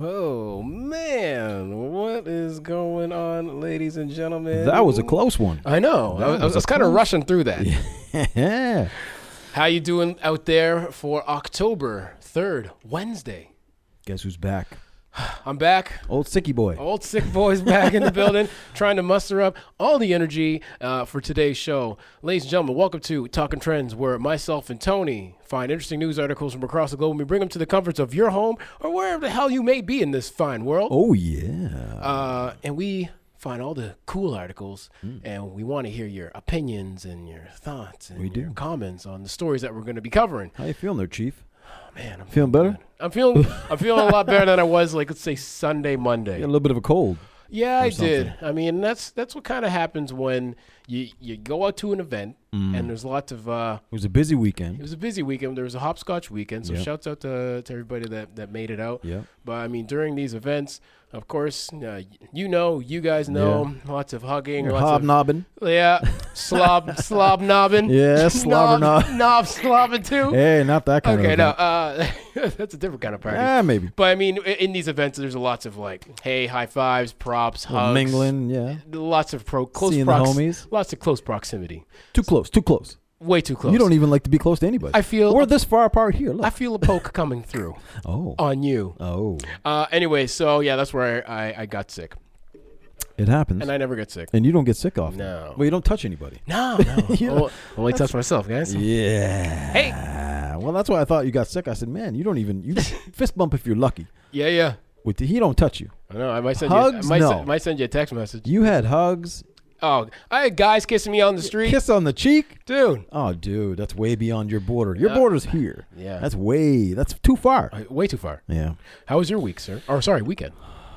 Oh man, what is going on, ladies and gentlemen? That was a close one. I know. I That was, I was was a just kind of close- rushing through that. yeah. How you doing out there for October third, Wednesday? Guess who's back? I'm back. Old Sicky Boy. Old sick boys back in the building, trying to muster up all the energy uh, for today's show. Ladies and gentlemen, welcome to Talking Trends, where myself and Tony find interesting news articles from across the globe and we bring them to the comforts of your home or wherever the hell you may be in this fine world. Oh yeah. Uh, and we find all the cool articles, Hmm. and we want to hear your opinions and your thoughts and We your do. comments on the stories that we're going to be covering. How you feeling there, Chief? Oh, man, I'm Feeling better? good. I'm feeling I'm feeling a lot better than I was like let's say Sunday, Monday. You got a little bit of a cold. Yeah, I did. something. I mean, that's that's what kind of happens when you you go out to an event Mm. and there's lots of. Uh, It was a busy it weekend. was a busy weekend. There was a hopscotch weekend, so Yep. shouts out to, to everybody that, that made it out. Yeah. But I mean, during these events, of course, uh, you know, you guys know, lots of hugging, You're lots of hobnobbing. yeah, slob slob knobbing, Yeah, slobber knob. knob slobbing too. Hey, not that kind okay, of. no, event. uh, that's a different kind of party. Yeah, maybe. But I mean, i- in these events, there's lots of like, hey, high fives, props, hugs, Mingling. Yeah. lots of pro close Seeing the prox- homies. lots of close proximity. Too close. Too close. Way too close. You don't e-, even like to be close to anybody. I feel- we're this far apart here. Look. I feel a poke coming through oh. on you. Oh. Uh, anyway, so yeah, that's where I, I, I got sick, It happens. and And, I never get sick. you don't get sick often. No. Well, you don't touch anybody. No, no. You Only- only touch myself, guys. Yeah. Hey. Well, that's why I thought you got sick. I said, man, you don't even you fist bump if you're lucky. Yeah, yeah. With the, he don't touch you. I know. I might send you. I Hugs? might, No. send, might send you a text message. You had hugs, Oh, I had guys kissing me on the street, kiss on the cheek. dude. Oh, dude, that's way beyond your border. Your Yeah. border's here. Yeah. That's way. That's too far. Uh, Way too far. yeah. How was your week, sir? Or sorry, weekend.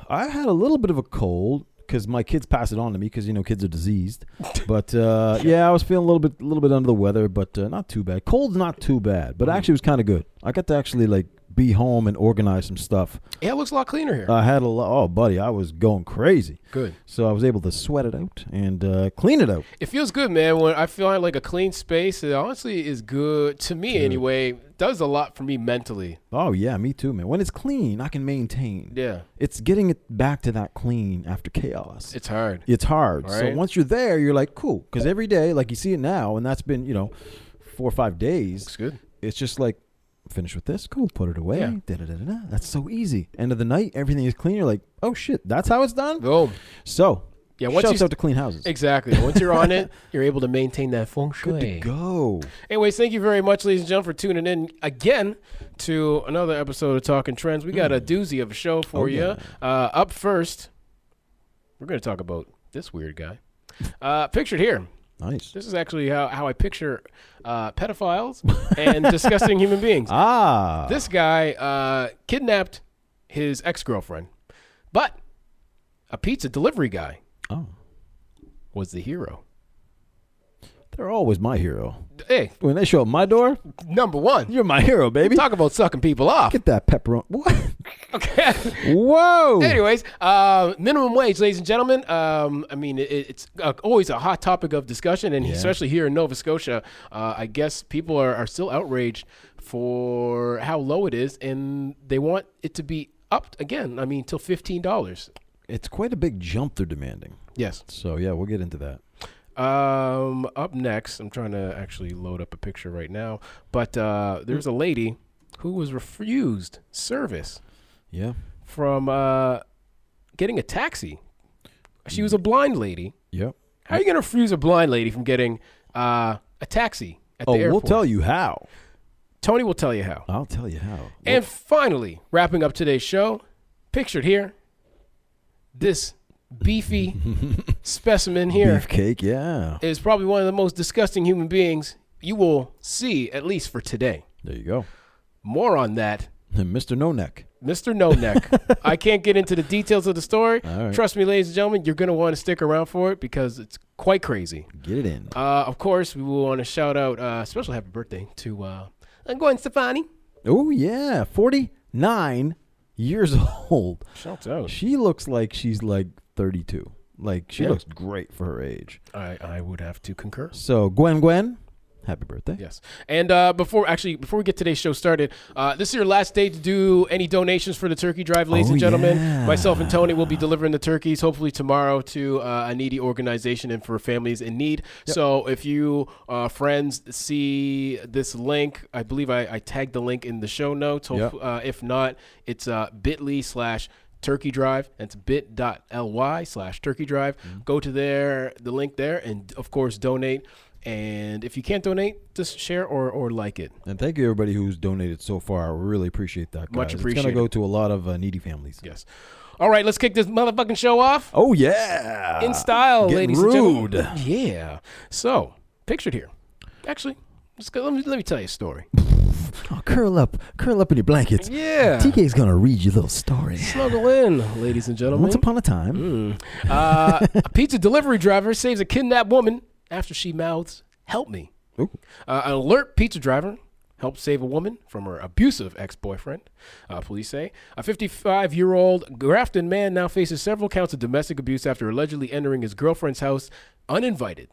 I had a little bit of a cold because my kids pass it on to me because you know kids are diseased. But uh, yeah, I was feeling a little bit, a little bit under the weather, but uh, not too bad. Cold's not too bad, Mm-hmm. but actually it was kind of good. I got to actually like be home and organize some stuff. Yeah, it looks a lot cleaner here. I had a lot. Oh, buddy, I was going crazy. Good. So I was able to sweat it out and uh, clean it out. It feels good, man. When I feel like a clean space, it honestly is good to me anyway. Does a lot for me mentally. Oh yeah, me too, man. When it's clean, I can maintain. Yeah, It's getting it back to that clean after chaos. it's hard. It's hard. So Right. once you're there, you're like, cool. Because every day, like you see it now, and that's been, you know, four or five It's days, good. it's just like, finish with this, cool, put it away. Yeah. da-da-da-da-da. That's so easy. End of the night, everything is clean. You're like, oh shit, that's how it's done? Boom. So, Yeah, once shouts you- out to clean houses. Exactly. Once you're on it, you're able to maintain that feng shui. Good to go. Anyways, thank you very much, ladies and gentlemen, for tuning in again to another episode of Talking Trends. We got a doozy of a show for Hmm. Oh, you. yeah. Uh, up first, we're going to talk about this weird guy. Uh, pictured here. Nice. This is actually how, how I picture uh, pedophiles and disgusting human beings. Ah. This guy uh, kidnapped his ex girlfriend, but a pizza delivery guy oh. was the hero. They're always my hero. Hey, When they show up at my door, number one. you're my hero, baby. Talk about sucking people off. Get that pepperoni. What? Okay. Whoa. Anyways, uh, minimum wage, ladies and gentlemen. Um, I mean, it, it's uh, always a hot topic of discussion, and especially here in Nova Scotia, uh, I guess people are, are still outraged for how low it is, and they want it to be upped again. I mean, till fifteen dollars. It's quite a big jump they're demanding. Yes. So yeah, we'll get into that. Um, up next, I'm trying to actually load up a picture right now, but uh, there's a lady who was refused service Yeah. from uh, getting a taxi. She was a blind lady. Yep. How are you going to refuse a blind lady from getting uh, a taxi at the Oh, airport? we'll tell you Uh, how. Tony will tell you how. I'll tell you how. And finally, wrapping up today's show, pictured here, this beefy specimen here is Beefcake, yeah. probably one of the most disgusting human beings you will see, at least for today. There you go. More on that. And Mr. No Neck. Mr. No Neck. I can't get into the details of the story. All right. Trust me, ladies and gentlemen, you're going to want to stick around for it because it's quite crazy. Get it in. Uh, of course, we will want to shout out uh, special happy birthday to uh, Gwen Stefani. Oh yeah, forty nine years old. Shout out. She looks like she's like thirty two. Like she Yeah. looks great for her age. I, I would have to concur. So Gwen Gwen, Happy birthday. Yes. And uh, before actually before we get today's show started, uh, this is your last day to do any donations for the turkey drive, ladies Oh, and gentlemen. yeah. Myself and Tony will be delivering the turkeys hopefully tomorrow to uh, a needy organization and for families in need. So if you uh, friends see this link, I believe I, I tagged the link in the show notes. Hope- Yep. uh, if not, it's uh, bit.ly slash turkey drive. That's bit.ly slash turkey drive. Go to there, the link there, and of course, donate. And if you can't donate, just share or, or like it. And thank you everybody who's donated so far. I really appreciate that. Guys. Much It's gonna appreciated. go to a lot of uh, needy families. Yes. All right, let's kick this motherfucking show off Oh yeah. in style, Getting ladies rude. and gentlemen. Yeah. So, pictured here. Actually, let's go, let, me, let me tell you a story. Oh, curl up, curl up in your blankets. Yeah. TK's gonna read your little story. Snuggle in, ladies and gentlemen. Once upon a time. Mm. Uh, a pizza delivery driver saves a kidnapped woman after she mouths, Help me. Ooh. Uh, an alert pizza driver helped save a woman from her abusive ex boyfriend, uh, police say. A 55 year old Grafton man now faces several counts of domestic abuse after allegedly entering his girlfriend's house uninvited,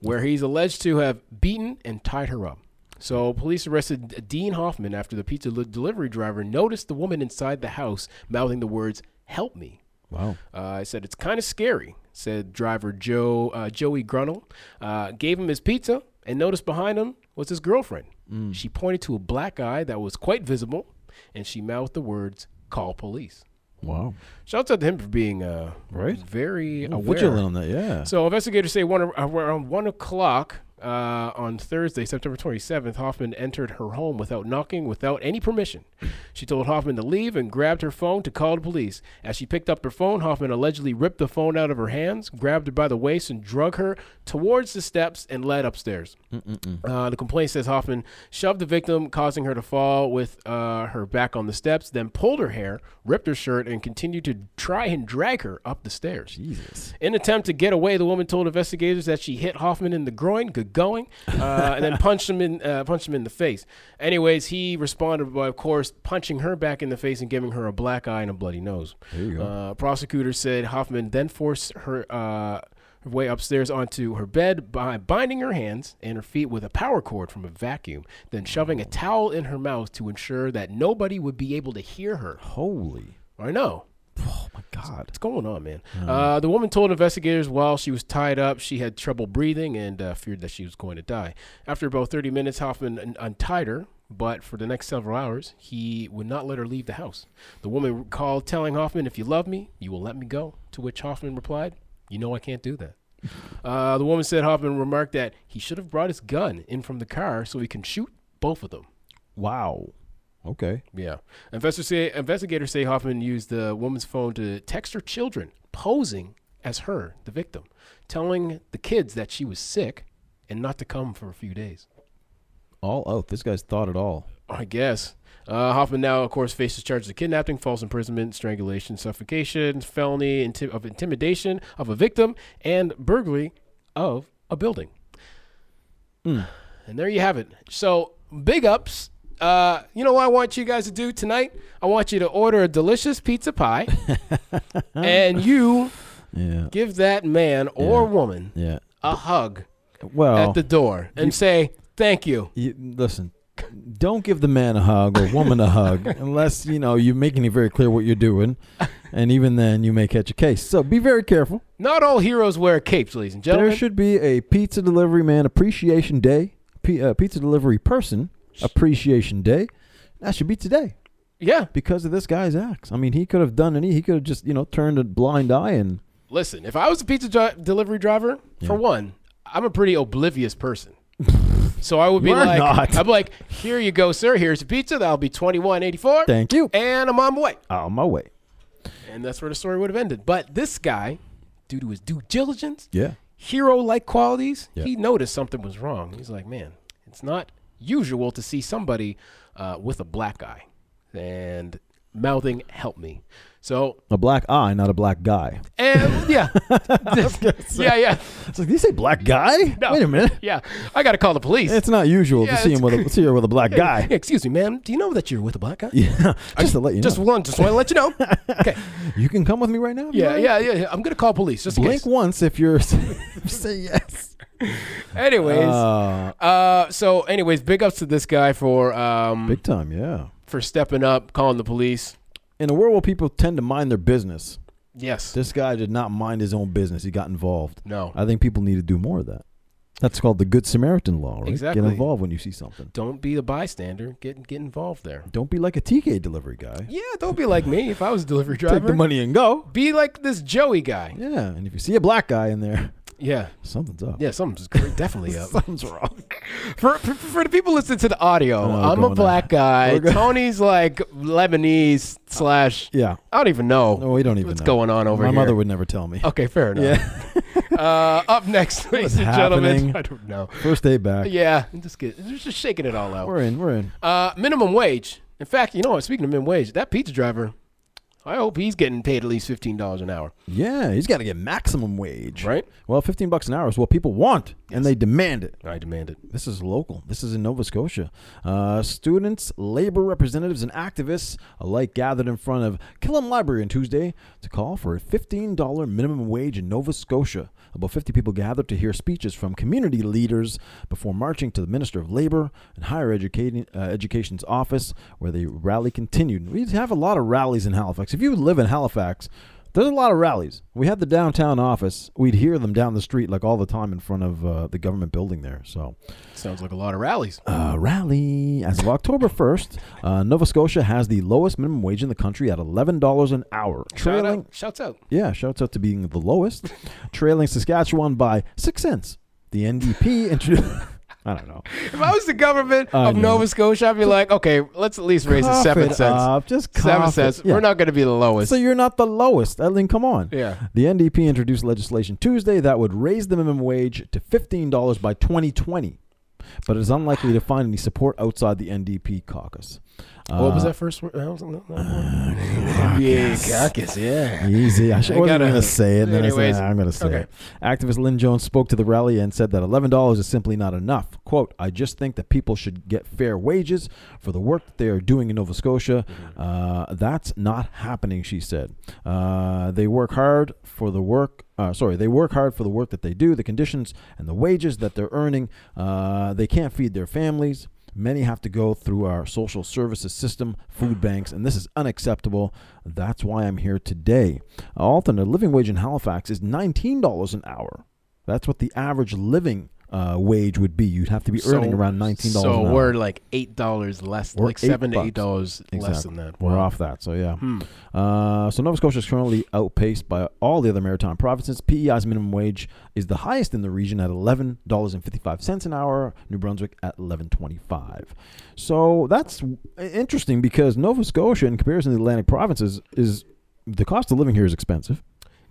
where he's alleged to have beaten and tied her up. So, police arrested Dean Hoffman after the pizza li- delivery driver noticed the woman inside the house mouthing the words, Help me. Wow. Uh, I said it's kind of scary. Said driver Joe uh, Joey Grunnell. Uh, gave him his pizza and noticed behind him was his girlfriend. Mm. She pointed to a black eye that was quite visible, and she mouthed the words "call police." Wow. Shouts out to him for being uh, Right. very Oh, aware. Vigilant on that, yeah. So investigators say one uh, around one o'clock uh, on Thursday, September 27th, Hoffman entered her home without knocking, without any permission. She told Hoffman to leave and grabbed her phone to call the police. As she picked up her phone, Hoffman allegedly ripped the phone out of her hands, grabbed her by the waist, and drug her towards the steps and led upstairs. Uh, the complaint says Hoffman shoved the victim, causing her to fall with uh, her back on the steps, then pulled her hair, ripped her shirt, and continued to try and drag her up the stairs. Jesus. In an attempt to get away, the woman told investigators that she hit Hoffman in the groin, good going, uh, and then punched him in uh, punched him in the face. Anyways, he responded by, of course, punching her back in the face and giving her a black eye and a bloody nose. There you go. Uh, prosecutors said Hoffman then forced her. Uh, her way upstairs onto her bed by binding her hands and her feet with a power cord from a vacuum, then shoving a towel in her mouth to ensure that nobody would be able to hear her. Holy. I know. Oh my God. What's going on, man? Uh, the woman told investigators while she was tied up, she had trouble breathing and uh, feared that she was going to die. After about 30 minutes, Hoffman un- untied her, but for the next several hours, he would not let her leave the house. The woman called, telling Hoffman, If you love me, you will let me go. To which Hoffman replied, You know I can't do that. Uh, the woman said Hoffman remarked that he should have brought his gun in from the car so he can shoot both of them. Wow. Okay. Yeah. Investors say, investigators say Hoffman used the woman's phone to text her children, posing as her, the victim, telling the kids that she was sick and not to come for a few days. All out. This guy's thought it all. I guess. Uh, Hoffman now, of course, faces charges of kidnapping, false imprisonment, strangulation, suffocation, felony inti- of intimidation of a victim, and burglary of a building. Hmm. And there you have it. So, big ups. Uh, you know what I want you guys to do tonight? I want you to order a delicious pizza pie, and you Yeah. give that man or woman Yeah. Oh. a hug Well, at the door and say, Thank you. you, listen. Don't give the man a hug or woman a hug unless you know you're making it very clear what you're doing, and even then you may catch a case. So be very careful. Not all heroes wear capes, ladies and There gentlemen. should be a pizza delivery man appreciation day. P- uh, pizza delivery person appreciation day. That should be today yeah. because of this guy's acts. I mean, he could have done any. He could have just you know turned a blind eye and Listen, if I was a pizza dri- delivery driver, for one, I'm a pretty oblivious person. so I would be You're like, not. I'm like, here you go, sir. Here's your pizza. That'll be 21.84, thank you. and I'm on my way. Out of my way. And that's where the story would have ended. But this guy, due to his due diligence, Yeah. hero-like qualities, Yeah. he noticed something was wrong. He's like, man, it's not usual to see somebody uh, with a black eye and mouthing "Help me." So, A black eye, not a black guy. and yeah, yeah, yeah, It's like, did you say black guy? No. Wait a minute. yeah. I gotta call the police. It's not usual Yeah, to see it's him with a, see her with a black Yeah, guy. excuse me, ma'am. Do you know that you're with a black guy? Yeah. Just to let you know. Just one. Just want to let you know. Okay. you can come with me right now. if you Yeah, like. yeah, yeah, yeah. I'm gonna call police. Just in Blink case. once if you're say yes. anyways, uh, Uh, so anyways, big ups to this guy for um big time, yeah. for stepping up, calling the police. In a world where people tend to mind their business, Yes. this guy did not mind his own business. He got involved. No. I think people need to do more of that. That's called the Good Samaritan law, right? Exactly. Get involved when you see something. Don't be a bystander. Get get involved there. Don't be like a TK delivery guy. Yeah, don't be like me. If I was a delivery driver, Take the money and go. be like this Joey guy. Yeah, and if you see a black guy in there, Yeah. something's up. Yeah, something's great- definitely up. Something's wrong. For, for, for the people listening to the audio, Oh, I'm going a on. black guy. We're go- Tony's like Lebanese slash. Yeah. I don't even know No, we don't even what's know. going on over My here. Oh. mother would never tell me. Okay, fair enough. Yeah. Uh, up next, ladies and gentlemen. happening? I don't know. First day back. Yeah, I'm just get, just shaking it all out. We're in. We're in. Uh, minimum wage. In fact, you know what? Speaking of minimum wage, that pizza driver, I hope he's getting paid at least fifteen dollars an hour, Yeah, he's got to get maximum wage. right? Well, 15 bucks an hour is what people want, and they demand it. I demand it. This is local. This is in Nova Scotia. Uh, students, labor representatives, and activists alike gathered in front of Killam Library on Tuesday to call for a $15 minimum wage in Nova Scotia. About 50 people gathered to hear speeches from community leaders before marching to the Minister of Labor and Higher Educating, uh, Education's office, where the rally continued. We have a lot of rallies in Halifax. If you live in Halifax, there's a lot of rallies. We had the downtown office. We'd hear them down the street like all the time in front of uh, the government building there. So Sounds like a lot of rallies. uh, rally. As of October 1st, uh, Nova Scotia has the lowest minimum wage in the country at $11 an hour. Shout out, shouts out. Yeah, shouts out to being the lowest, trailing Saskatchewan by six cents. The NDP introduced. I don't know. If I was the government I of know. Nova Scotia, I'd be like, okay, let's at least raise it Cough seven it cents. up, Just Seven cough it. cents. Yeah. We're not going to be the lowest. So you're not the lowest. I mean, come on. yeah. The NDP introduced legislation Tuesday that would raise the minimum wage to $15 by 2020, but it is unlikely to find any support outside the NDP caucus. what was Uh, that first word? That was- that- that word? Yeah, Uh, caucus. Yeah. Easy. I, sh- I I wasn't gotta- going to say it. And then anyways, I said, "Nah, I'm going to say okay. it. Activist Lynn Jones spoke to the rally and said that $11 is simply not enough. Quote, I just think that people should get fair wages for the work that they are doing in Nova Scotia. Uh, that's not happening, she said. Uh, they work hard for the work. Uh, sorry, they work hard for the work that they do, the conditions and the wages that they're earning. Uh, they can't feed their families. Many have to go through our social services system, food Mm. banks, and this is unacceptable. That's why I'm here today. Alternate living wage in Halifax is $19 an hour. That's what the average living uh, wage would be. You'd have to be earning around $19 So an hour. we're like eight dollars less, We're like seven eight to eight bucks. dollars less Exactly. than that. We're Wow. off that, so yeah. Hmm. Uh, so Nova Scotia is currently outpaced by all the other maritime provinces. PEI's minimum wage is the highest in the region at eleven dollars and fifty-five cents an hour. New Brunswick at eleven twenty-five. So that's w- interesting because Nova Scotia, in comparison to the Atlantic provinces, is the cost of living here is expensive.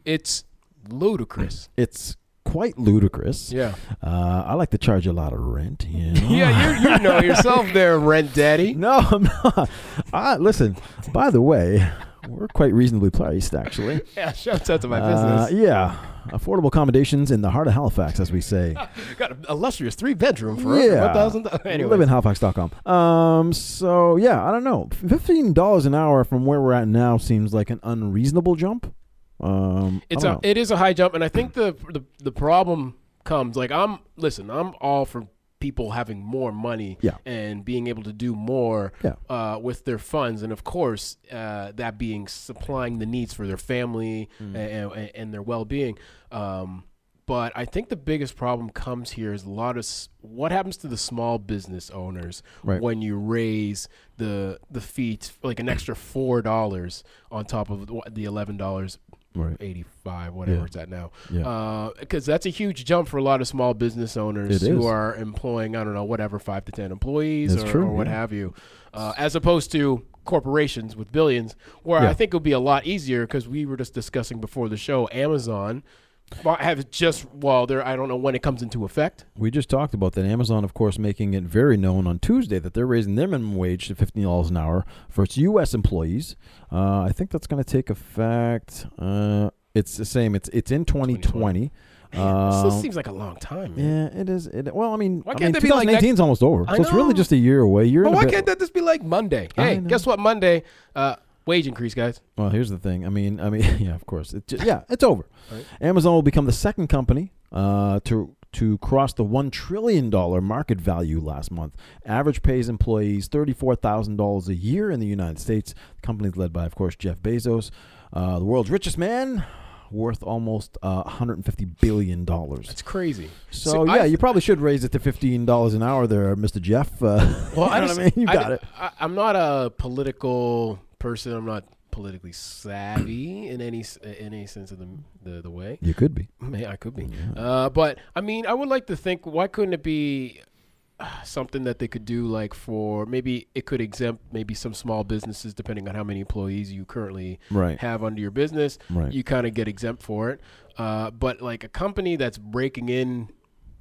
It's ludicrous. It's quite ludicrous. Yeah. Uh, I like to charge a lot of rent. You know? yeah. You you know yourself there, rent daddy. No, I'm not. I, listen, by the way, we're quite reasonably priced, actually. Yeah. Shouts out to my Uh, business. yeah, affordable accommodations in the heart of Halifax, as we say. Got an illustrious three bedroom for Yeah. one thousand. Live Anyway. in Halifax.com. Um, so yeah, I don't know. Fifteen dollars an hour from where we're at now seems like an unreasonable jump. Um, It's I a don't know. it is a high jump, and I think the the, the problem comes like I'm listen. I'm all for people having more money Yeah. and being able to do more Yeah. uh, with their funds, and of course uh, that being supplying the needs for their family Mm. a- a- and, their well being. Um, but I think the biggest problem comes here is a lot of s- what happens to the small business owners Right. when you raise the the fee t- like an extra four dollars on top of the- the eleven dollars Right. 85 whatever Yeah. it's at now Yeah. because that's a huge jump for a lot of small business owners It who is. are employing i don't know whatever five to ten employees That's or, true, or what yeah. have you uh, as opposed to corporations with billions where Yeah. i think it would be a lot easier because we were just discussing before the show amazon bu- have just well there i don't know when it comes into effect We just talked about that. Amazon, of course, making it very known on Tuesday that they're raising their minimum wage to fifteen dollars an hour for its U.S. employees. Uh, I think that's going to take effect. Uh, it's the same. It's it's in twenty twenty. Man, this still seems like a long time man. Um, Yeah, it is. It, well, I mean, Why I can't mean, they be like 2019 is almost over, I so it's really know. just a year away. You're but in a why bit- can't that just be like monday I hey know. guess what monday uh, wage increase guys Well, here's the thing. I mean, I mean, yeah, of course. It ju- yeah, it's over. Right. Amazon will become the second company uh, to to cross the $1 trillion market value last month. Average pays employees $34,000 a year in the United States. The company is led by, of course, Jeff Bezos, uh, the world's richest man, worth almost uh, $150 billion. That's crazy. So, So yeah, I've- you probably should raise it to $15 an hour there, Mr. Jeff. Uh, Well, you I know just- what I mean? You I- got it. I, I'm not a political person. I'm not politically savvy in any s- in any sense of the the, the way. You could be. May I could be. Uh, but I mean, I would like to think why couldn't it be uh, something that they could do like for maybe it could exempt maybe some small businesses depending on how many employees you currently Right. have under your business Right. you kind of get exempt for it uh, but like a company that's breaking in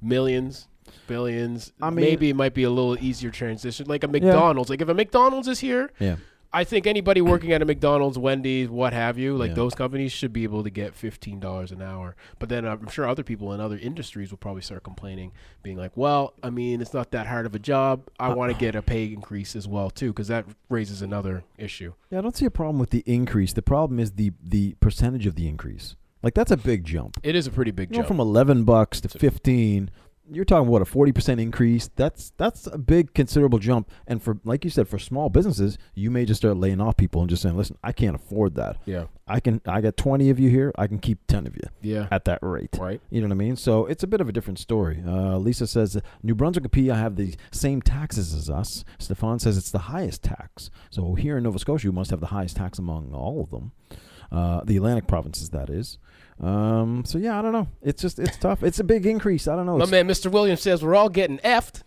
millions billions I mean- maybe it might be a little easier transition like a mcdonald's like if a mcdonald's is here Yeah. I think anybody working at a McDonald's, Wendy's, what have you, like Yeah. those companies should be able to get fifteen dollars an hour. But then I'm sure other people in other industries will probably start complaining, being like, "Well, I mean, it's not that hard of a job. Uh, I want to get a pay increase as well too, because that raises another issue." Yeah, I don't see a problem with the increase. The problem is the the percentage of the increase. Like that's a big jump. It is a pretty big You know, jump. from eleven bucks to fifteen, you're talking what a forty percent increase. That's that's a big, considerable jump. And for like you said, for small businesses, you may just start laying off people and just saying, "Listen, I can't afford that. yeah, I can I got twenty of you here. I can keep ten of you yeah, at that rate." right. You know what I mean? So it's a bit of a different story. Uh, Lisa says New Brunswick and PEI have the same taxes as us. Stefan says it's the highest tax. So here in Nova Scotia, you must have the highest tax among all of them. Uh, the Atlantic provinces, that is. Um, so yeah, I don't know. It's just it's tough. It's a big increase. I don't know. My It's- man, Mr. Williams says we're all getting effed.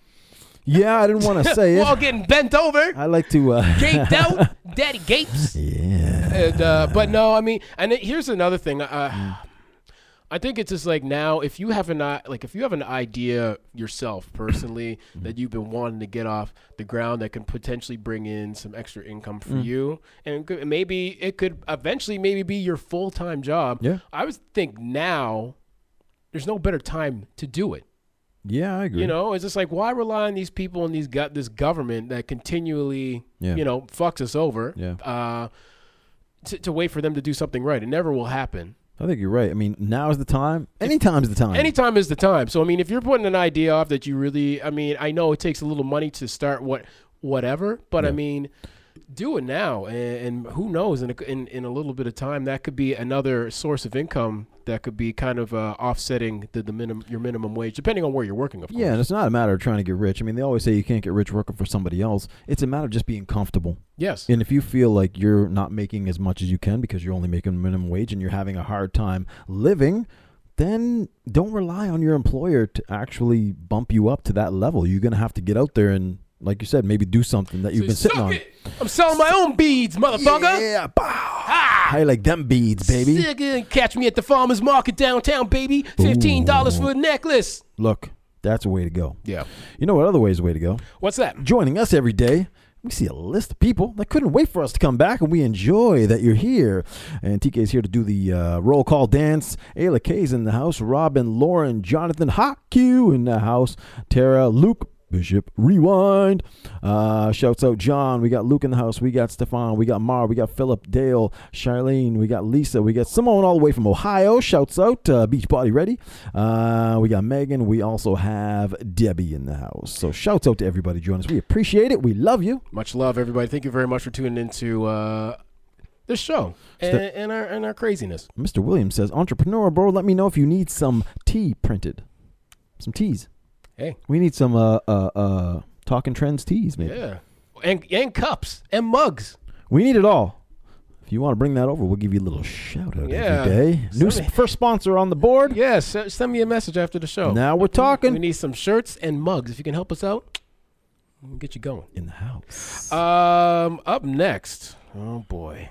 yeah, I didn't want to say we're all it. getting bent over, I like to. Uh, gaped out, daddy gapes. yeah. and, uh, but no, I mean, and it, here's another thing. Uh, Mm. I think it's just like now, if you have an i- like, if you have an idea yourself personally Mm. that you've been wanting to get off the ground that can potentially bring in some extra income for Mm. you, and it could- maybe it could eventually maybe be your full time job. Yeah. I would think now there's no better time to do it. Yeah, I agree. You know, it's just like why rely on these people and these go- this government that continually, Yeah. you know, fucks us over. Yeah. Uh, to, to wait for them to do something right, it never will happen. I think you're right. I mean, now is the time. Any time's the time. Anytime is the time. So I mean, if you're putting an idea off that you really, I mean, I know it takes a little money to start what, whatever, but I mean, do it now, and, and who knows, in a, in in a little bit of time, that could be another source of income that could be kind of uh, offsetting the the minimum your minimum wage, depending on where you're working, of course. Yeah, and it's not a matter of trying to get rich. I mean, they always say you can't get rich working for somebody else. It's a matter of just being comfortable. Yes. And if you feel like you're not making as much as you can because you're only making minimum wage and you're having a hard time living, then don't rely on your employer to actually bump you up to that level. You're going to have to get out there and, like you said, maybe do something that you've been sitting Suck on. it. I'm selling my own beads, motherfucker. Yeah, bow. How you like them beads, baby? Sick, uh, Catch me at the farmer's market downtown, baby. Fifteen dollars for a necklace. Look, that's a way to go. Yeah. You know what other way is a way to go? What's that? joining us every day. We see a list of people that couldn't wait for us to come back, and we enjoy that you're here. And TK is here to do the uh, roll call dance. Ayla K's in the house. Robin, Lauren, Jonathan, Hot Q in the house. Tara, Luke, Bishop, Rewind. Uh, shouts out John. We got Luke in the house. We got Stefan. We got Mar. We got Philip, Dale, Charlene. We got Lisa. We got Simone all the way from Ohio. Shouts out uh, Beachbody Ready. Uh, we got Megan. We also have Debbie in the house. So shouts out to everybody joining us. We appreciate it. We love you. Much love, everybody. Thank you very much for tuning into uh, this show and, and our and our craziness. Mr. Williams says, entrepreneur, bro, let me know if you need some tea printed. Some teas. Hey, We need some uh, uh, uh, talking trends teas, maybe. yeah, and and cups and mugs. We need it all. If you want to bring that over, we'll give you a little shout out Yeah. every day. New Send s- first sponsor on the board. Yes, yeah, s- send me a message after the show. Now we're we talking need some shirts and mugs. If you can help us out, we'll get you going. in the house. Um, up next, oh boy,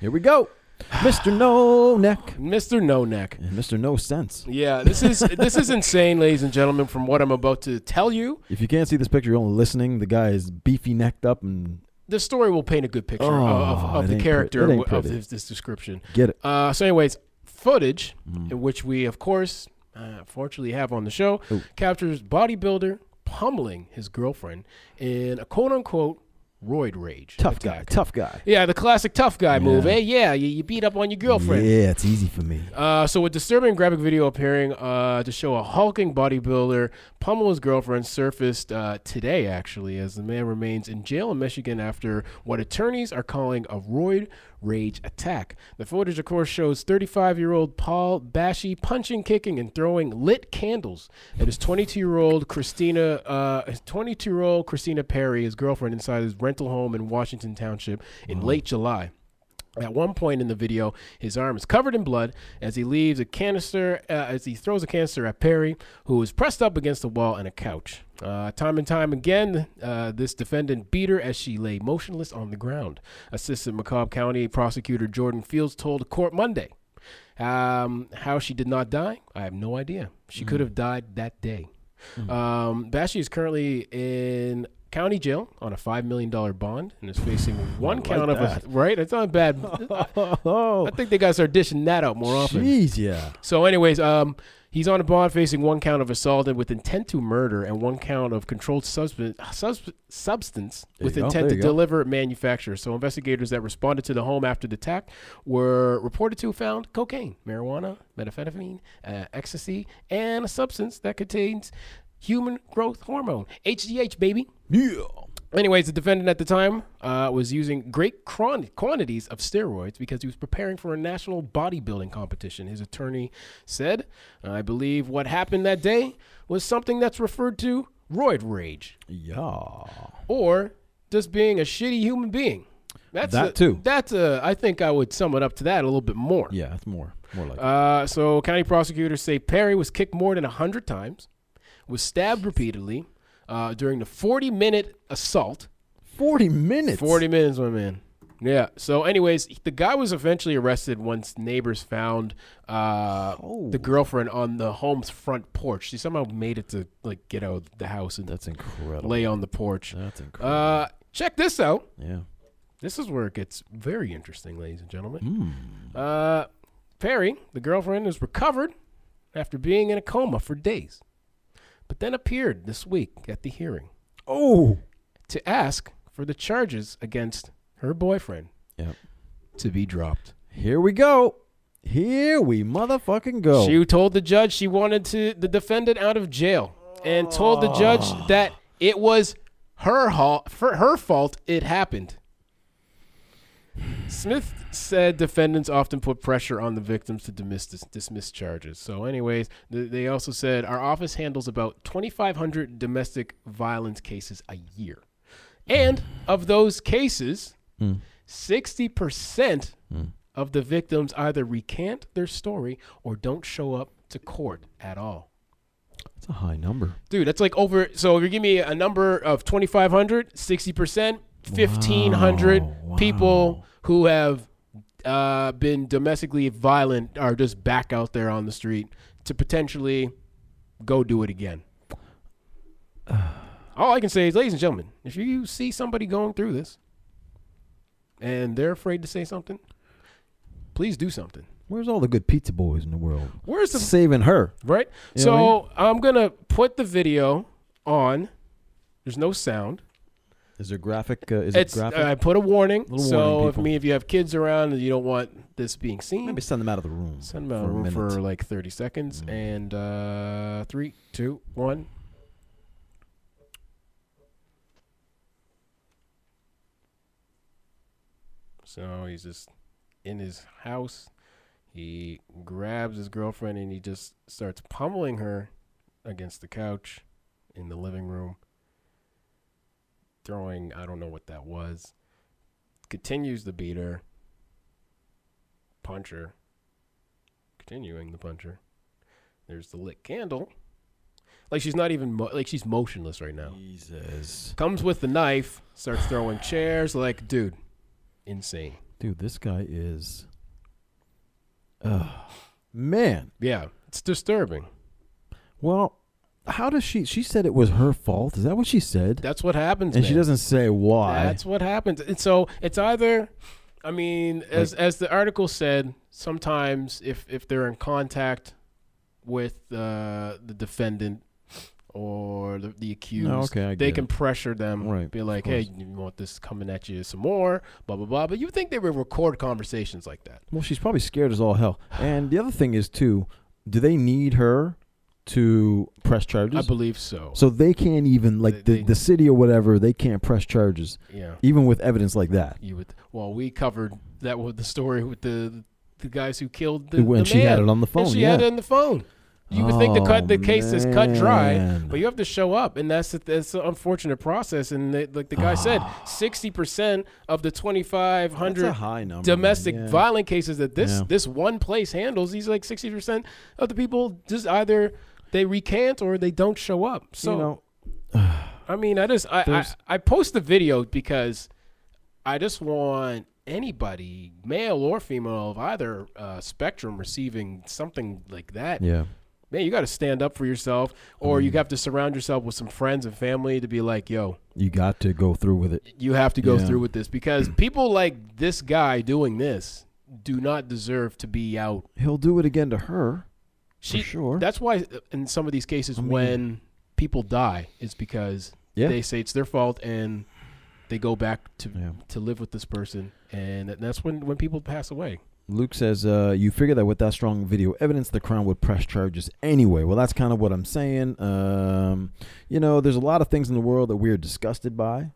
Here we go. Mr. No Neck Mr. No Neck. and Mr. No Sense. Yeah, this is this is insane, ladies and gentlemen. From what I'm about to tell you, If you can't see this picture, you're only listening. The guy is beefy necked up and the story will paint a good picture Oh, of, of- it of the ain't character pre- it ain't of pretty. his, this description. get it. Uh, so, anyways, footage Mm-hmm. in which we, of course, uh, fortunately have on the show Ooh. captures bodybuilder pummeling his girlfriend in a quote unquote roid rage. Tough guy. attack. Tough guy. Yeah, the classic tough guy move. Yeah. Eh? Yeah, you, you beat up on your girlfriend. Yeah, it's easy for me. Uh, so a disturbing graphic video appearing uh, to show a hulking bodybuilder pummel his girlfriend surfaced uh, today, actually, as the man remains in jail in Michigan after what attorneys are calling a roid rage attack. The footage, of course, shows 35-year-old Paul Bashy punching, kicking, and throwing lit candles at his 22-year-old Christina, uh, his 22-year-old Christina Perry, his girlfriend, inside his rental home in Washington Township in late July. At one point in the video, his arm is covered in blood as he leaves a canister, uh, as he throws a canister at Perry, who is pressed up against the wall and a couch. Uh, time and time again, uh, this defendant beat her as she lay motionless on the ground. Assistant McCobb County Prosecutor Jordan Fields told the court Monday. Um, how she did not die, I have no idea. She could have died that day. Um, Bashy is currently in county jail on a $5 million bond and is facing one count that. of, a, right? That's not bad. Oh, I think they guys are dishing that out more often. jeez, yeah. So, anyways, um, he's on a bond facing one count of assault and with intent to murder and one count of controlled substance subs- substance There with you go, intent there to you go. deliver manufacture. So, investigators that responded to the home after the attack were reported to have found cocaine, marijuana, methamphetamine, uh, ecstasy, and a substance that contains human growth hormone (HGH), baby. Yeah. Anyways, the defendant at the time uh, was using great chron- quantities of steroids because he was preparing for a national bodybuilding competition. His attorney said, I believe what happened that day was something that's referred to roid rage Yeah. or just being a shitty human being. That's That a- too. That's a, I think I would sum it up to that a little bit more. Yeah, it's more more like Uh, so county prosecutors say Perry was kicked more than 100 times, was stabbed repeatedly uh, during the 40 minute assault. 40 minutes. 40 minutes, my man. Yeah. So, anyways, the guy was eventually arrested once neighbors found uh, Oh. the girlfriend on the home's front porch. She somehow made it to like get out of the house and That's incredible. lay on the porch. That's incredible. Uh, check this out. yeah. This is where it gets very interesting, ladies and gentlemen. Hmm. Uh, Perry, the girlfriend, is recovered after being in a coma for days, but then appeared this week at the hearing Oh. to ask for the charges against her boyfriend Yep. to be dropped. Here we go. Here we motherfucking go. She told the judge she wanted to the defendant out of jail and told the judge that it was her ha- for her fault it happened. Smith said defendants often put pressure on the victims to dismiss, dismiss charges. So, anyways, th- they also said our office handles about 2,500 domestic violence cases a year. And of those cases, 60% of the victims either recant their story or don't show up to court at all. That's a high number. Dude, that's like over. So if you give me a number of 2,500, 60%, 1,500 Wow, people who have uh, been domestically violent are just back out there on the street to potentially go do it again. All I can say is, ladies and gentlemen, if you see somebody going through this and they're afraid to say something, please do something. Where's all the good pizza boys in the world? Where's the Saving her. Right? You know so I'm going to put the video on. There's no sound. Is there graphic? Uh, is It's, it graphic? I put a warning. Little so warning, if people. me if you have kids around and you don't want this being seen, Maybe send them out of the room. send them out for of a room minute. Mm. for like 30 seconds and uh 3 two, one. So he's just in his house. He grabs his girlfriend and he just starts pummeling her against the couch in the living room. Throwing, I don't know what that was. Continues to beat her. Punch her. Continuing the puncher. There's the lit candle. Like she's not even, mo- like she's motionless right now. Jesus. Comes with the knife, starts throwing chairs. Like, dude, insane. Dude, this guy is. Ugh. man. Yeah, it's disturbing. Well, how does she? She said it was her fault. Is that what she said? That's what happens. and she man. doesn't say why. That's what happens. And so it's either, I mean, as as the article said, sometimes if if they're in contact with uh, the defendant or the, the accused. okay, I they get can it. pressure them. Right, Be of like, hey, course. you want this coming at you some more? Blah blah blah. But you would think they would record conversations like that? Well, she's probably scared as all hell. And the other thing is too, do they need her to press charges? I believe so. so they can't even like They- the, they- the city or whatever. They can't press charges Yeah. even with evidence like that. You would. Well, we covered that with the story with the the guys who killed the, When the she man. had it on the phone, and she yeah. had it on the phone. You would think the Oh, cut the case is cut dry, man. but you have to show up, and that's the- that's an unfortunate process. And they, like the Ah. guy said, sixty percent of the twenty five That's hundred a high number. domestic man. Yeah. violent cases that this Yeah. this one place handles, he's like sixty percent of the people just either they recant or they don't show up. So you know, I mean, I just I, There's- I I post the video because I just want anybody, male or female of either uh, spectrum, receiving something like that. yeah. Man, you got to stand up for yourself, or Mm. you have to surround yourself with some friends and family to be like, yo, You got to go through with it. you have to go Yeah. through with this because people like this guy doing this do not deserve to be out. He'll do it again to her. She, sure. That's why uh, in some of these cases, I mean- when people die, it's because Yeah. they say it's their fault and they go back to yeah. to live with this person, and that- that's when when people pass away. Luke says, uh, "You figure that with that strong video evidence, the crown would press charges anyway." Well, that's kind of what I'm saying. Um, you know, there's a lot of things in the world that we're disgusted by,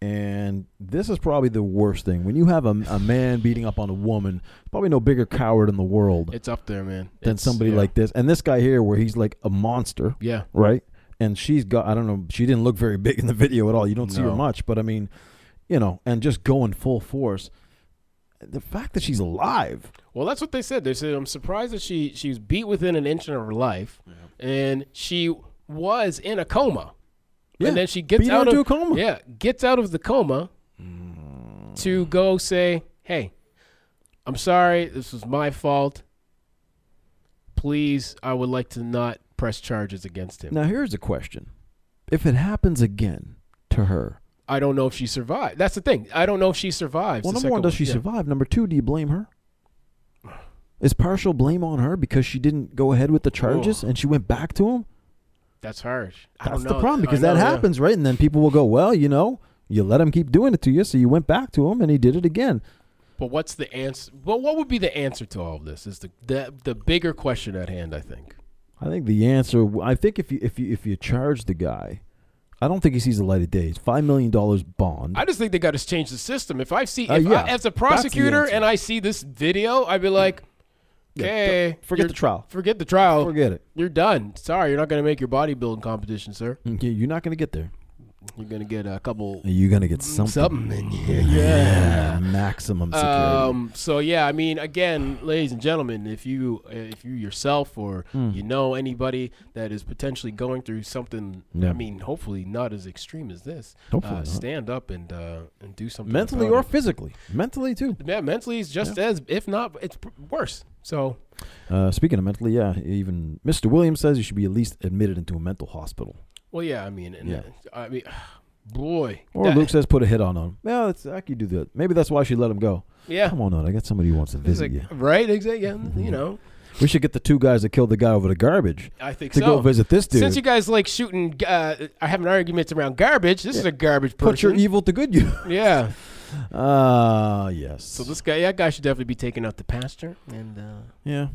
and this is probably the worst thing. When you have a, a man beating up on a woman, probably no bigger coward in the world It's up there, man. than It's- somebody yeah. like this. And this guy here, where he's like a monster, yeah, right? And she's got I don't know, she didn't look very big in the video at all. You don't see her No. much, but I mean, you know, and just going full force. The fact that she's alive. Well, that's what they said. They said I'm surprised that she she was beat within an inch of her life, and she was in a coma, Yeah. and then she gets Beat her out into of a coma. Yeah, gets out of the coma Mm. Mm-hmm. to go say, "Hey, I'm sorry. This was my fault. Please, I would like to not press charges against him." Now here's a question: If it happens again to her, I don't know if she survived. That's the thing. I don't know if she survives. well, the number one, second does she Yeah. survive? Number two, do you blame her? Is partial blame on her because she didn't go ahead with the charges and she went back to him? That's harsh. I That's don't the know. problem I because know, that yeah. happens, right? And then people will go, "Well, you know, you let him keep doing it to you, so you went back to him and he did it again." But what's the answer? But what would be the answer to all of this? Is the the, the bigger question at hand? I think. I think the answer. I think if you if you if you charge the guy, I don't think he sees the light of day. It's five million dollars bond. I just think they got to change the system. If I see, if Uh, I, yeah. as That's a the prosecutor, answer. and I see this video, I'd be like, Yeah, "Okay, forget you're- the trial. Forget the trial. Forget it. You're done. Sorry, you're not going to make your bodybuilding competition, sir. Okay, You're not going to get there. You're going to get a couple You're going to get something. something. yeah. maximum security. Um, so yeah, I mean, again, ladies and gentlemen, if you eh, if you yourself or Hmm. you know anybody that is potentially going through something, Yeah. I mean, hopefully not as extreme as this, Hopefully uh, not. stand up and uh, and do something mentally about or it. physically. Mentally too. yeah, mentally is just as if not, it's pr- worse. So Uh, speaking of mentally, yeah, even Mr. Williams says you should be at least admitted into a mental hospital. well, yeah, I mean, and, Yeah. uh, I mean, boy, Or that- Luke says put a hit on him. Yeah, that's, I could do that. Maybe that's why she let him go. yeah, Come on Mm-hmm. out. I got somebody who wants to It's visit like, you. right, exactly, yeah, you know, We should get the two guys that killed the guy over the garbage I think to so. go visit this dude. Since you guys like shooting, uh, I having arguments around garbage. This is a garbage person. put your e- evil to good use. yeah. Ah, yes. So this guy, that guy should definitely be taken out to pasture. And uh, yeah,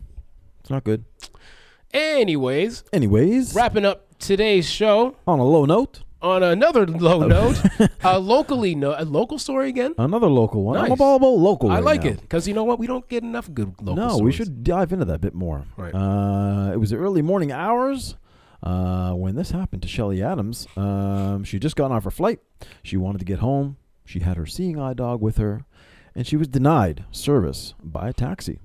it's not good. anyways, Anyways, wrapping up today's show on a low note, on another low Oh. note, a locally no, a local story again. another local one. I'm Nice. all about local. I right like now. it because you know what, we don't get enough good local. no, we stories. should dive into that a bit more. Right. Uh, it was the early morning hours uh, when this happened to Shelly Adams. Um, she just got off her flight. She wanted to get home. She had her seeing eye dog with her, and she was denied service by a taxi,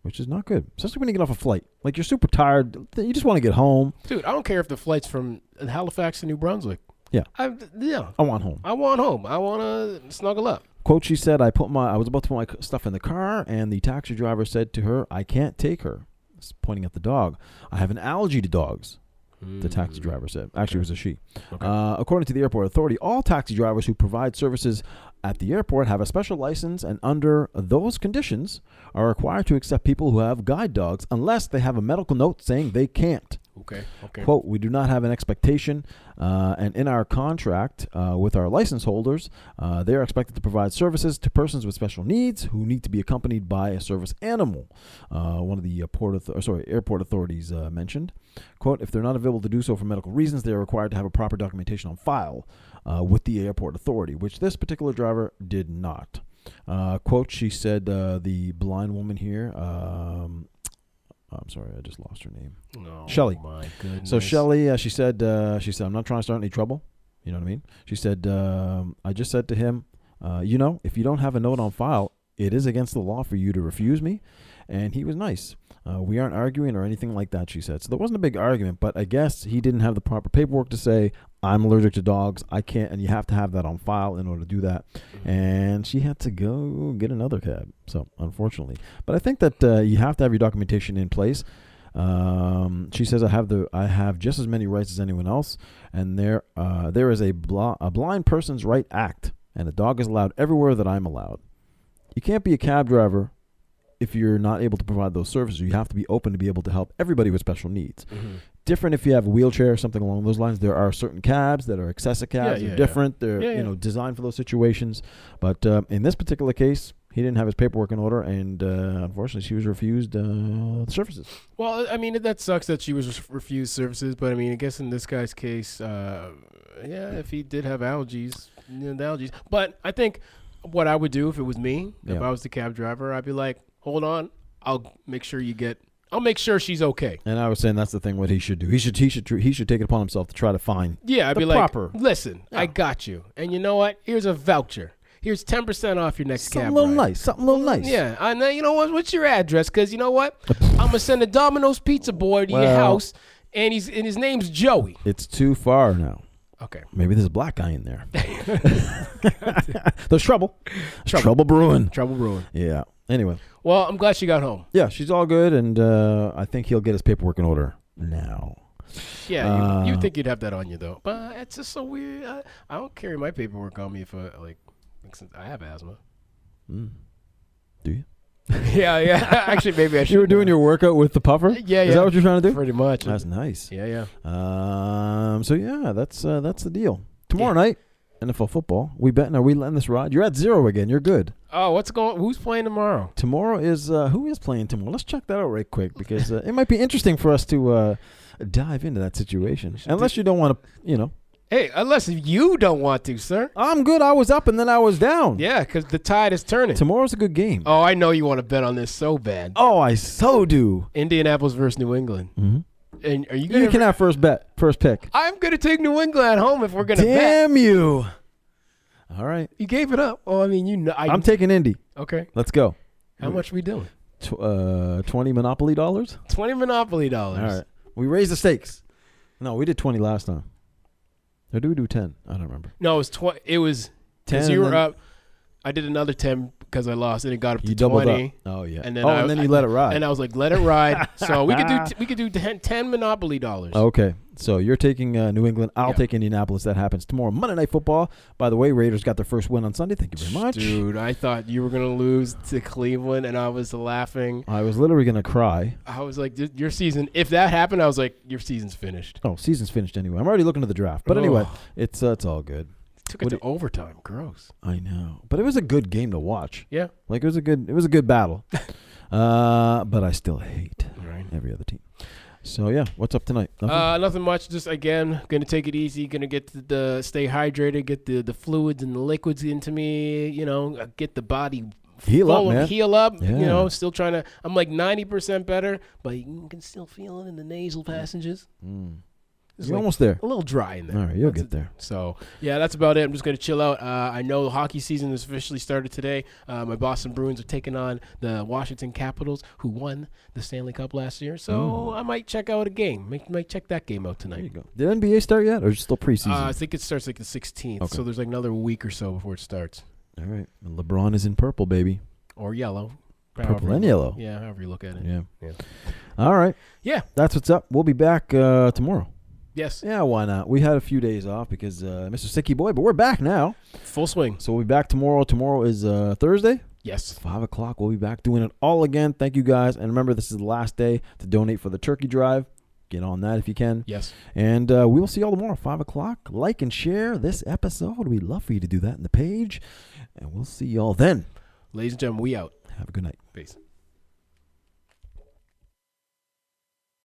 which is not good, especially when you get off a flight. Like you're super tired. You just want to get home. dude. I don't care if the flight's from Halifax to New Brunswick. Yeah. I, yeah. I want home. I want home. I want to snuggle up. Quote: She said, "I put my I was about to put my c- stuff in the car, and the taxi driver said to her, I can't take her.' It's pointing at the dog. I have an allergy to dogs. the Mm. taxi driver said. Actually, it was a she. Uh, according to the airport authority, all taxi drivers who provide services at the airport have a special license, and under those conditions, are required to accept people who have guide dogs unless they have a medical note saying they can't. Okay. Okay. Quote, we do not have an expectation, uh, and in our contract uh, with our license holders, uh, they are expected to provide services to persons with special needs who need to be accompanied by a service animal. Uh, one of the uh, port author- or sorry, airport authorities uh, mentioned. Quote, if they're not available to do so for medical reasons, they are required to have a proper documentation on file uh, with the airport authority, which this particular driver did not. Uh, quote, she said, uh, the blind woman here, um, I'm sorry, I just lost her name. Oh, Shelley. My goodness. So Shelly, uh, she said, uh, she said, I'm not trying to start any trouble. You know what I mean? She said, um, I just said to him, uh, you know, if you don't have a note on file, it is against the law for you to refuse me. And he was nice. Uh, we aren't arguing or anything like that, she said. So there wasn't a big argument, but I guess he didn't have the proper paperwork to say, I'm allergic to dogs. I can't. And you have to have that on file in order to do that. Mm-hmm. And she had to go get another cab. So unfortunately, but I think that uh, you have to have your documentation in place. Um, she says, "I have the I have just as many rights as anyone else, and there uh, there is a bl- a blind person's right act, and a dog is allowed everywhere that I'm allowed. You can't be a cab driver if you're not able to provide those services. You have to be open to be able to help everybody with special needs. Mhm. Different if you have a wheelchair or something along those lines. There are certain cabs that are accessible cabs. Yeah, yeah, they're different. They're Yeah, yeah. you know designed for those situations. But uh, in this particular case." He didn't have his paperwork in order, and uh, unfortunately, she was refused uh, the services. Well, I mean, that sucks that she was refused services, but I mean, I guess in this guy's case, uh, yeah, if he did have allergies, you know, the allergies. But I think what I would do if it was me, if Yeah. I was the cab driver, I'd be like, hold on, I'll make sure you get, I'll make sure she's okay. And I was saying that's the thing. What he should do, he should he should tr- he should take it upon himself to try to find. Yeah, I'd The be like, proper- listen, I got you. And you know what? Here's a voucher. Here's 10% off your next Something cab a little ride. nice, something a little nice. Yeah, I know. You know what? What's your address? Because you know what? I'm gonna send a Domino's pizza boy to your Well- house, and he's and his name's Joey. it's too far now. Okay. Maybe there's a black guy in there. there's trouble. trouble, brewing. Trouble brewing. Yeah. Anyway, Well, I'm glad she got home. yeah, she's all good, and uh, I think he'll get his paperwork in order now. Yeah, you, Uh, you think you'd have that on you though, but it's just so weird. I, I don't carry my paperwork on me if I like. Since I have asthma. Mm. Do you? yeah, yeah. Actually, maybe I should. You were doing your workout with the puffer. Yeah, Is yeah. that what you're trying to do? pretty much. That's nice. yeah, yeah. Um. So yeah, that's uh, that's the deal. Tomorrow night, NFL football. We betting? Are we letting this ride? You're at zero again. You're good. Oh, what's going? Who's playing tomorrow? Tomorrow is uh, who is playing tomorrow? Let's check that out right quick because uh, it might be interesting for us to uh, dive into that situation. Unless you don't want to, you know. Hey, unless you don't want to, sir. I'm good. I was up and then I was down. Yeah, because the tide is turning. Tomorrow's a good game. Oh, I know you want to bet on this so bad. Oh, I so do. Indianapolis versus New England. Mhm. And are you You gonna? can have first bet, first pick. I'm gonna take New England at home if we're gonna bet. Damn you! All right, You gave it up. Well, I mean, you know. I, I'm taking Indy. okay. Let's go. How much we doing? Tw- uh, Twenty Monopoly dollars. Twenty Monopoly All dollars. right, we raised the stakes. No, we did twenty last time. Or do we do ten? I don't remember. No, it was twenty. It was 10 ten. and You were then- up. I did another ten because I lost, and it got up You to doubled twenty. up. Oh yeah. And then oh, I- and then you I- let it ride. And I was like, "Let it ride." so we could do t- we could do 10, 10 Monopoly dollars. Okay, so you're taking uh, New England. I'll Yeah. take Indianapolis. That happens tomorrow, Monday Night Football. By the way, Raiders got their first win on Sunday. Thank you very much. Dude, I thought you were gonna lose to Cleveland, and I was laughing. I was literally gonna cry. I was like, "Dude, "Your season." If that happened, I was like, "Your season's finished." Oh, season's finished anyway. I'm already looking to the draft, but anyway, Ugh. it's uh, it's all good. Took it What to overtime. Gross. I know, but it was a good game to watch. Yeah. Like it was a good it was a good battle. uh, but I still hate Right. every other team. So yeah, what's up tonight? Nothing? Uh, nothing much. Just again, gonna take it easy. Gonna get the, the stay hydrated. Get the the fluids and the liquids into me. You know, uh, get the body Heal full up, of- man. Heal up. You Yeah. know, still trying to. I'm like 90 percent better, but you can still feel it in the nasal passages. Mm. It's You're like almost there. a little dry in there. All right, you'll That's get there. So yeah, that's about it. I'm just gonna chill out. Uh, I know the hockey season has officially started today. Uh, my Boston Bruins are taking on the Washington Capitals, who won the Stanley Cup last year. So Oh. I might check out a game. Might, might check that game out There you tonight. go. Did NBA start yet, or is it still Uh, I preseason? think it starts like the 16th. Okay. So there's like another week or so before it starts, all right, LeBron is in purple, baby. or yellow. Purple however and you- yellow. Yeah, however you look at it. Yeah. Yeah. All right. Yeah. That's what's up. We'll be back uh, tomorrow. Yes, Yeah, why not? We had a few days off because uh, Mr. Sicky Boy, but we're back now. full swing. So we'll be back tomorrow. Tomorrow is uh, Thursday, Yes. five o'clock. We'll be back doing it all again. Thank you guys, and remember, this is the last day to donate for the turkey drive. Get on that if you can. Yes. And uh, we will see y'all tomorrow, 5 o'clock. Like and share this episode. We'd love for you to do that in the page. And we'll see y'all then. Ladies and gentlemen, we out. Have a good night. Peace.